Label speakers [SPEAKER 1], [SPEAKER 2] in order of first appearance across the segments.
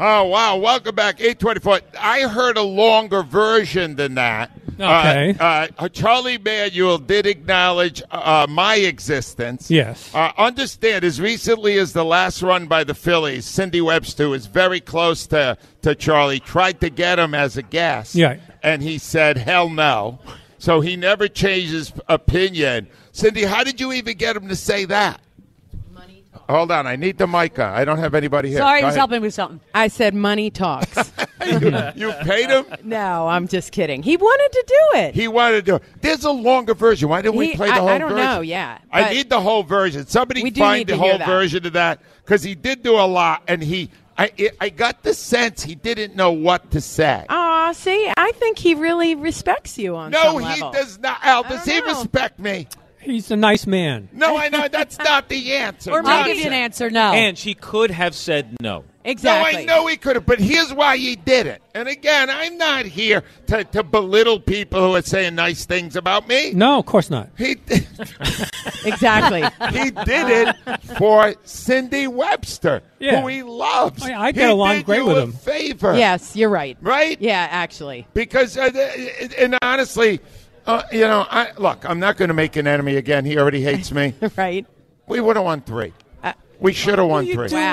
[SPEAKER 1] Oh wow! Welcome back, eight twenty-four. I heard a longer version than that.
[SPEAKER 2] Okay.
[SPEAKER 1] Uh, uh, Charlie Manuel did acknowledge uh, my existence.
[SPEAKER 2] Yes.
[SPEAKER 1] Uh, understand, as recently as the last run by the Phillies, Cindy Webster who is very close to to Charlie. Tried to get him as a guest.
[SPEAKER 2] Yeah.
[SPEAKER 1] And he said, "Hell no." So he never changed his opinion. Cindy, how did you even get him to say that? Hold on, I need the mic. on. I don't have anybody here.
[SPEAKER 3] Sorry,
[SPEAKER 1] Go
[SPEAKER 3] he's
[SPEAKER 1] ahead.
[SPEAKER 3] helping with something.
[SPEAKER 4] I said money talks.
[SPEAKER 1] You paid him.
[SPEAKER 4] no, I'm just kidding. He wanted to do it.
[SPEAKER 1] He wanted to. There's a longer version. Why didn't we
[SPEAKER 4] He-
[SPEAKER 1] play the
[SPEAKER 4] I-
[SPEAKER 1] whole?
[SPEAKER 4] I don't
[SPEAKER 1] version?
[SPEAKER 4] know, yeah,
[SPEAKER 1] I
[SPEAKER 4] but-
[SPEAKER 1] need the whole version. Somebody
[SPEAKER 4] We do
[SPEAKER 1] find
[SPEAKER 4] need
[SPEAKER 1] the
[SPEAKER 4] to hear
[SPEAKER 1] whole
[SPEAKER 4] that.
[SPEAKER 1] version of that because he did do a lot, and he. I it, I got the sense he didn't know what to say.
[SPEAKER 4] Aw, see, I think he really respects you on
[SPEAKER 1] no,
[SPEAKER 4] some
[SPEAKER 1] he
[SPEAKER 4] level.
[SPEAKER 1] does not. Al,
[SPEAKER 4] I
[SPEAKER 1] does
[SPEAKER 4] don't
[SPEAKER 1] he
[SPEAKER 4] know.
[SPEAKER 1] respect me?
[SPEAKER 2] He's a nice man.
[SPEAKER 1] No, I know that's not the answer.
[SPEAKER 3] Or I'll give you an
[SPEAKER 1] Nonsense.
[SPEAKER 3] answer. No.
[SPEAKER 5] And she could have said no.
[SPEAKER 4] exactly.
[SPEAKER 1] No, I know he could have, but here's why he did it. And again, I'm not here to, to belittle people who are saying nice things about me.
[SPEAKER 2] No, of course not.
[SPEAKER 1] He,
[SPEAKER 4] Exactly.
[SPEAKER 1] he did it for Cindy Webster,
[SPEAKER 2] Yeah.
[SPEAKER 1] who he loves.
[SPEAKER 2] Oh, yeah, I
[SPEAKER 1] He
[SPEAKER 2] get along
[SPEAKER 1] did
[SPEAKER 2] great
[SPEAKER 1] you
[SPEAKER 2] with
[SPEAKER 1] a
[SPEAKER 2] him.
[SPEAKER 1] Favor,
[SPEAKER 4] yes, you're right.
[SPEAKER 1] right?
[SPEAKER 4] Yeah, actually.
[SPEAKER 1] because uh, th- and honestly, uh, you know, I look. I'm not going to make an enemy again. He already hates me.
[SPEAKER 4] Right.
[SPEAKER 1] we would have won three.
[SPEAKER 3] Uh,
[SPEAKER 1] we should have won
[SPEAKER 5] What are
[SPEAKER 1] three.
[SPEAKER 5] you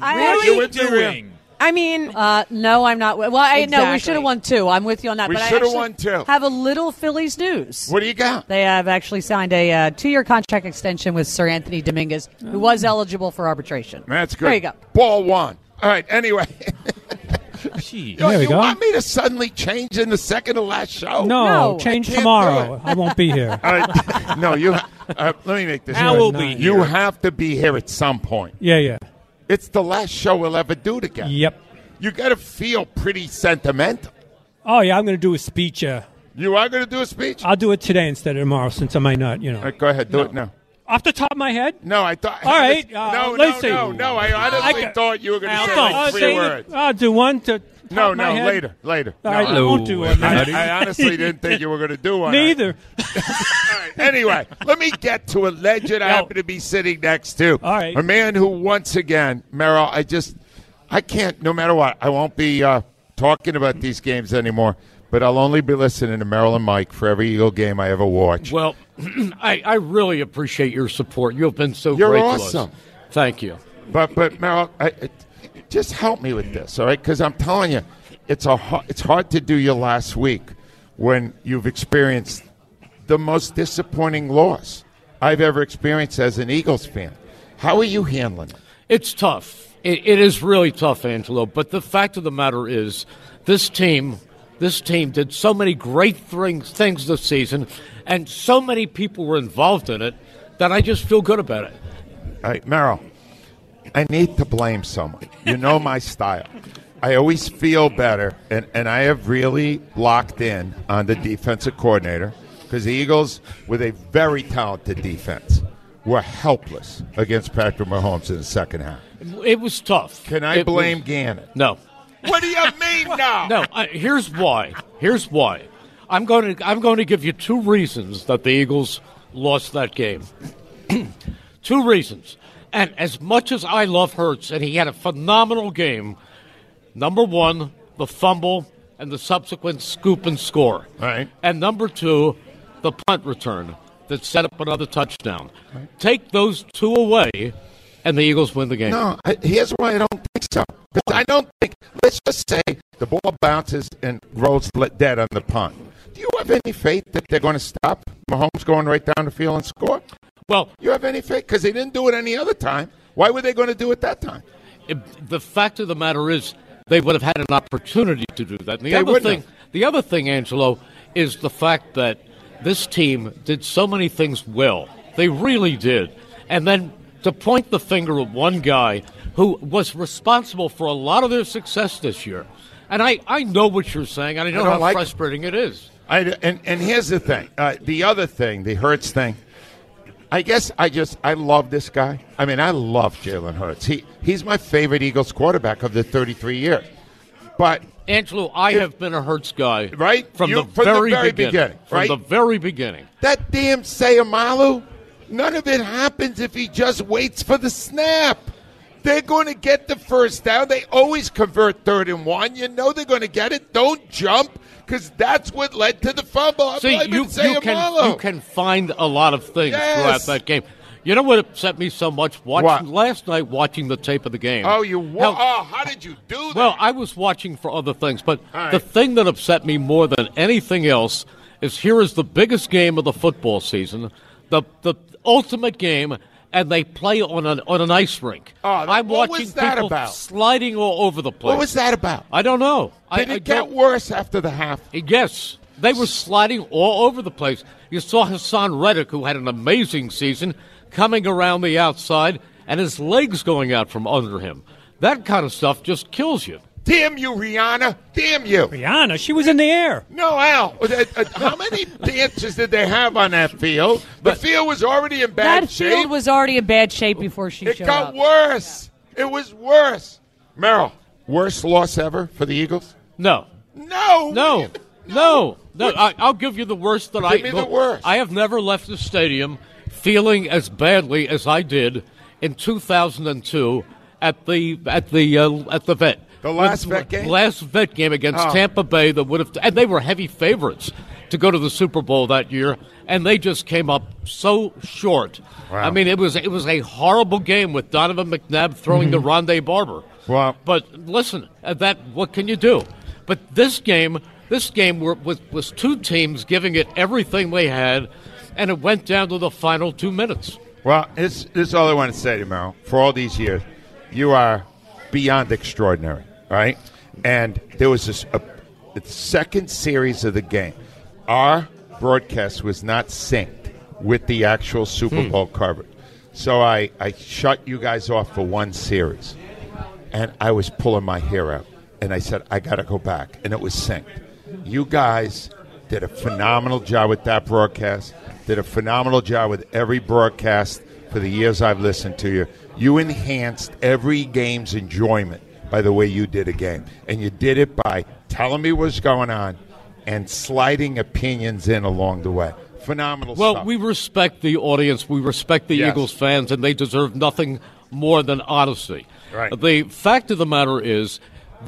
[SPEAKER 3] Wow.
[SPEAKER 5] What are
[SPEAKER 1] You
[SPEAKER 5] you
[SPEAKER 1] would do real.
[SPEAKER 5] doing?
[SPEAKER 4] I mean,
[SPEAKER 3] Uh, no, I'm not. Well, I no, we
[SPEAKER 4] Exactly.
[SPEAKER 3] should have won two. I'm with you on that.
[SPEAKER 1] We
[SPEAKER 3] but I
[SPEAKER 1] should have
[SPEAKER 3] actually
[SPEAKER 1] won two.
[SPEAKER 3] Have a little Phillies news.
[SPEAKER 1] What do you got?
[SPEAKER 3] They have actually signed a uh, two-year contract extension with Sir Anthony Dominguez, who was eligible for arbitration.
[SPEAKER 1] That's good.
[SPEAKER 3] There you go.
[SPEAKER 1] Ball one. All right. Anyway,
[SPEAKER 5] Gee.
[SPEAKER 1] you,
[SPEAKER 2] There we
[SPEAKER 1] you
[SPEAKER 2] go.
[SPEAKER 1] want me to suddenly change in the second to last show?
[SPEAKER 2] No,
[SPEAKER 3] No,
[SPEAKER 2] change
[SPEAKER 1] I can't do
[SPEAKER 2] tomorrow.
[SPEAKER 1] it.
[SPEAKER 2] I won't be here.
[SPEAKER 1] All right. no, you. Uh, let me make this.
[SPEAKER 5] Al
[SPEAKER 1] clear.
[SPEAKER 5] will be
[SPEAKER 1] You
[SPEAKER 5] here.
[SPEAKER 1] have to be here at some point.
[SPEAKER 2] Yeah, yeah.
[SPEAKER 1] It's the last show we'll ever do together.
[SPEAKER 2] Yep.
[SPEAKER 1] You got to feel pretty sentimental.
[SPEAKER 2] Oh, yeah, I'm going to do a speech. Uh,
[SPEAKER 1] You are going to do a speech?
[SPEAKER 2] I'll do it today instead of tomorrow since I might not, you know.
[SPEAKER 1] All right, go ahead. Do it now.
[SPEAKER 2] Off the top of my head,
[SPEAKER 1] No, I thought.
[SPEAKER 2] All right, uh,
[SPEAKER 1] no, no,
[SPEAKER 2] let's see.
[SPEAKER 1] no, no. I honestly
[SPEAKER 2] I ca-
[SPEAKER 1] thought you were going
[SPEAKER 2] I'll,
[SPEAKER 1] to say like
[SPEAKER 2] I'll
[SPEAKER 1] three
[SPEAKER 2] say-
[SPEAKER 1] words.
[SPEAKER 2] I'll do one to top
[SPEAKER 1] no,
[SPEAKER 2] of my
[SPEAKER 1] no.
[SPEAKER 2] head.
[SPEAKER 1] Later, later. No,
[SPEAKER 2] I, I
[SPEAKER 5] Hello,
[SPEAKER 2] won't do one.
[SPEAKER 1] I, I honestly didn't think you were going to do one.
[SPEAKER 2] Neither.
[SPEAKER 1] Anyway, let me get to a legend I
[SPEAKER 2] No.
[SPEAKER 1] happen to be sitting next to.
[SPEAKER 2] All right.
[SPEAKER 1] A man who, once again, Merrill, I just, I can't, no matter what, I won't be uh, talking about these games anymore, but I'll only be listening to Merrill and Mike for every Eagle game I ever watch.
[SPEAKER 6] Well, I, I really appreciate your support. You have been so
[SPEAKER 1] You're
[SPEAKER 6] great
[SPEAKER 1] awesome.
[SPEAKER 6] to us. Thank you.
[SPEAKER 1] But, but Merrill, I, I, just help me with this, all right? Because I'm telling you, it's, a, har- it's hard to do your last week when you've experienced the most disappointing loss I've ever experienced as an Eagles fan. How are you handling it?
[SPEAKER 6] It's tough. It, it is really tough, Angelo. But the fact of the matter is, this team, this team did so many great things, things this season, and so many people were involved in it that I just feel good about it.
[SPEAKER 1] All right, Merrill, I need to blame someone. You know my style. I always feel better, and, and I have really locked in on the defensive coordinator because the Eagles, with a very talented defense, were helpless against Patrick Mahomes in the second half.
[SPEAKER 6] It was tough.
[SPEAKER 1] Can I
[SPEAKER 6] It was-
[SPEAKER 1] blame Gannon?
[SPEAKER 6] no.
[SPEAKER 1] What do you mean now?
[SPEAKER 6] No, I, here's why. Here's why. I'm going to I'm going to give you two reasons that the Eagles lost that game. two reasons. And as much as I love Hertz and he had a phenomenal game, number 1, the fumble and the subsequent scoop and score.
[SPEAKER 1] All right.
[SPEAKER 6] And number 2, the punt return that set up another touchdown. Take those two away and the Eagles win the game.
[SPEAKER 1] No, I, here's why I don't think so. 'Cause I don't think. Let's just say the ball bounces and rolls le- dead on the punt. Do you have any faith that they're going to stop Mahomes going right down the field and score?
[SPEAKER 6] Well,
[SPEAKER 1] You have any faith? Because they didn't do it any other time. Why were they going to do it that time?
[SPEAKER 6] If- the fact of the matter is they would have had an opportunity to do that. And the
[SPEAKER 1] They
[SPEAKER 6] other
[SPEAKER 1] wouldn't
[SPEAKER 6] thing, the other thing, Angelo, is the fact that this team did so many things well. They really did. And then to point the finger at one guy who was responsible for a lot of their success this year. And I, I know what you're saying, and I know
[SPEAKER 1] don't
[SPEAKER 6] how
[SPEAKER 1] like it.
[SPEAKER 6] frustrating it is.
[SPEAKER 1] I, and, and here's the thing. Uh, the other thing, the Hurts thing. I guess I just I love this guy. I mean, I love Jalen Hurts. He he's my favorite Eagles quarterback of the 33 years. But
[SPEAKER 6] Angelo, I have been a Hertz guy
[SPEAKER 1] Right?
[SPEAKER 6] from,
[SPEAKER 1] You-
[SPEAKER 6] the,
[SPEAKER 1] from the
[SPEAKER 6] very
[SPEAKER 1] very beginning, right?
[SPEAKER 6] From the very beginning.
[SPEAKER 1] That damn Sayamalu, none of it happens if he just waits for the snap. They're going to get the first down. They always convert third and one. You know they're going to get it. Don't jump because that's what led to the fumble. I'm
[SPEAKER 6] See,
[SPEAKER 1] blaming
[SPEAKER 6] you, you,
[SPEAKER 1] Sayamalo.
[SPEAKER 6] can, you can find a lot of things
[SPEAKER 1] Yes.
[SPEAKER 6] throughout that game. You know what upset me so much?
[SPEAKER 1] What?
[SPEAKER 6] Watching, Last night, watching the tape of the game.
[SPEAKER 1] Oh, you wa-
[SPEAKER 6] Hell,
[SPEAKER 1] oh, how did you do that?
[SPEAKER 6] Well, I was watching for other things, but
[SPEAKER 1] All right.
[SPEAKER 6] the thing that upset me more than anything else is here is the biggest game of the football season, the the ultimate game, and they play on an on an ice rink.
[SPEAKER 1] Oh, that-
[SPEAKER 6] I'm
[SPEAKER 1] what was
[SPEAKER 6] watching
[SPEAKER 1] that
[SPEAKER 6] people
[SPEAKER 1] about?
[SPEAKER 6] sliding all over the place.
[SPEAKER 1] what was that about?
[SPEAKER 6] I don't know. I,
[SPEAKER 1] Did
[SPEAKER 6] I
[SPEAKER 1] it get
[SPEAKER 6] don't-
[SPEAKER 1] worse after the half?
[SPEAKER 6] Yes, they were sliding all over the place. You saw Hassan Reddick, who had an amazing season, coming around the outside and his legs going out from under him. That kind of stuff just kills you.
[SPEAKER 1] Damn you, Rihanna! Damn you!
[SPEAKER 2] Rihanna, she was in the air.
[SPEAKER 1] No, Al. Uh, uh, How many dances did they have on that field? The field was already in bad
[SPEAKER 3] That
[SPEAKER 1] shape.
[SPEAKER 3] field was already in bad shape before she
[SPEAKER 1] it
[SPEAKER 3] showed
[SPEAKER 1] got
[SPEAKER 3] up.
[SPEAKER 1] worse. It was worse. Merrill, worst loss ever for the Eagles?
[SPEAKER 6] No,
[SPEAKER 1] No.
[SPEAKER 6] no, no, no. I, I'll give you the worst that I.
[SPEAKER 1] Give me the worst.
[SPEAKER 6] I have never left the stadium feeling as badly as I did in 2002 at the at the uh, at the vet.
[SPEAKER 1] The last vet game?
[SPEAKER 6] Last vet game against
[SPEAKER 1] Oh.
[SPEAKER 6] Tampa Bay that would have, and they were heavy favorites to go to the Super Bowl that year, and they just came up so short.
[SPEAKER 1] Wow.
[SPEAKER 6] I mean, it was it was a horrible game with Donovan McNabb throwing to
[SPEAKER 1] Mm-hmm.
[SPEAKER 6] Rondé Barber.
[SPEAKER 1] Wow.
[SPEAKER 6] But listen, uh, that what can you do? But this game, this game were, was was two teams giving it everything they had, and it went down to the final two minutes.
[SPEAKER 1] Well, this, this is all I want to say to you, Merrill. For all these years, you are beyond extraordinary, all right? And there was this a, the second series of the game. Our broadcast was not synced with the actual Super Bowl coverage. So I, I shut you guys off for one series. And I was pulling my hair out. And I said, I got to go back. And it was synced. You guys did a phenomenal job with that broadcast, did a phenomenal job with every broadcast for the years I've listened to you. You enhanced every game's enjoyment by the way you did a game. And you did it by telling me what's going on and sliding opinions in along the way. Phenomenal
[SPEAKER 6] Well,
[SPEAKER 1] stuff.
[SPEAKER 6] we respect the audience. We respect the
[SPEAKER 1] Yes.
[SPEAKER 6] Eagles fans, and they deserve nothing more than honesty.
[SPEAKER 1] Right.
[SPEAKER 6] The fact of the matter is,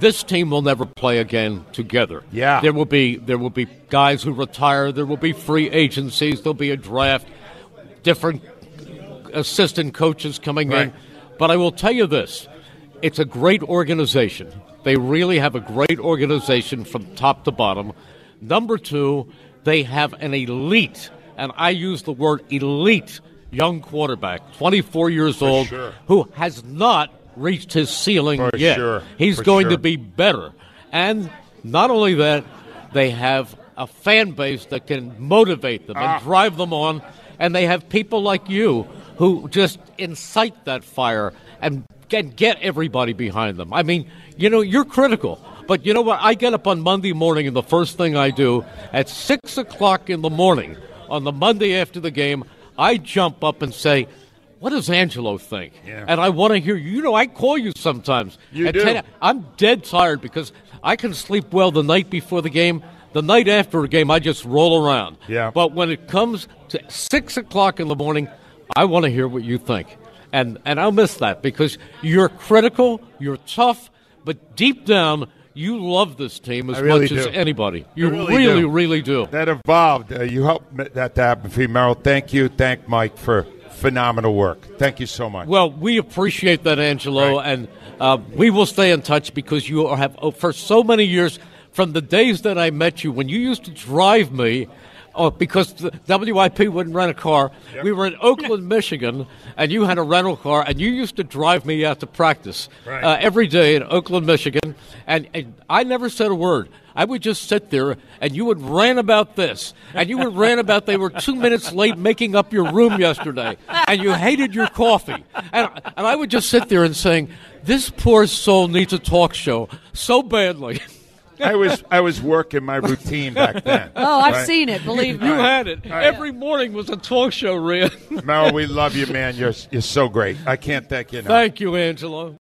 [SPEAKER 6] this team will never play again together.
[SPEAKER 1] Yeah.
[SPEAKER 6] There will be there will be guys who retire. There will be free agencies. There'll be a draft. Different assistant coaches coming
[SPEAKER 1] Right.
[SPEAKER 6] in. But I will tell you this it's a great organization. They really have a great organization from top to bottom. Number two, they have an elite, and I use the word elite, young quarterback, 24 years old,
[SPEAKER 1] sure.
[SPEAKER 6] who has not reached his ceiling
[SPEAKER 1] For
[SPEAKER 6] yet.
[SPEAKER 1] sure.
[SPEAKER 6] He's
[SPEAKER 1] For
[SPEAKER 6] going
[SPEAKER 1] sure.
[SPEAKER 6] to be better. And not only that, they have a fan base that can motivate them
[SPEAKER 1] Ah.
[SPEAKER 6] and drive them on. And they have people like you who just incite that fire and can get everybody behind them. I mean, you know, you're critical. But you know what? I get up on Monday morning, and the first thing I do at 6 o'clock in the morning on the Monday after the game, I jump up and say, What does Angelo think?
[SPEAKER 1] Yeah.
[SPEAKER 6] And I want to hear you. You know, I call you sometimes.
[SPEAKER 1] You
[SPEAKER 6] At
[SPEAKER 1] do.
[SPEAKER 6] 10 I'm dead tired because I can sleep well the night before the game. The night after a game, I just roll around.
[SPEAKER 1] Yeah.
[SPEAKER 6] But when it comes to six o'clock in the morning, I want to hear what you think, and and I'll miss that because you're critical, you're tough, but deep down you love this team as
[SPEAKER 1] I really
[SPEAKER 6] much as
[SPEAKER 1] do.
[SPEAKER 6] anybody. You
[SPEAKER 1] really
[SPEAKER 6] really,
[SPEAKER 1] do.
[SPEAKER 6] really do.
[SPEAKER 1] that evolved. Uh, you helped ma- that to happen for you, Merrill. Thank you. Thank Mike for phenomenal work. Thank you so much.
[SPEAKER 6] Well, we appreciate that, Angelo, and uh, we will stay in touch because you are- have, oh, for so many years, from the days that I met you, when you used to drive me, uh, because the WIP wouldn't rent a car, we were in Oakland, Michigan, and you had a rental car, and you used to drive me out to practice
[SPEAKER 1] Right.
[SPEAKER 6] uh, every day in Oakland, Michigan, and, and I never said a word. I would just sit there, and you would rant about this, and you would rant about they were two minutes late making up your room yesterday, and you hated your coffee, and and I would just sit there and saying, "This poor soul needs a talk show so badly."
[SPEAKER 1] I was I was working my routine back then.
[SPEAKER 3] Oh, I've
[SPEAKER 1] right?
[SPEAKER 3] seen it. Believe me.
[SPEAKER 6] You had it
[SPEAKER 1] right.
[SPEAKER 6] every morning was a talk show, Rhea.
[SPEAKER 1] Merrill, we love you, man. You're you're so great. I can't thank you enough.
[SPEAKER 6] Thank you, Angelo.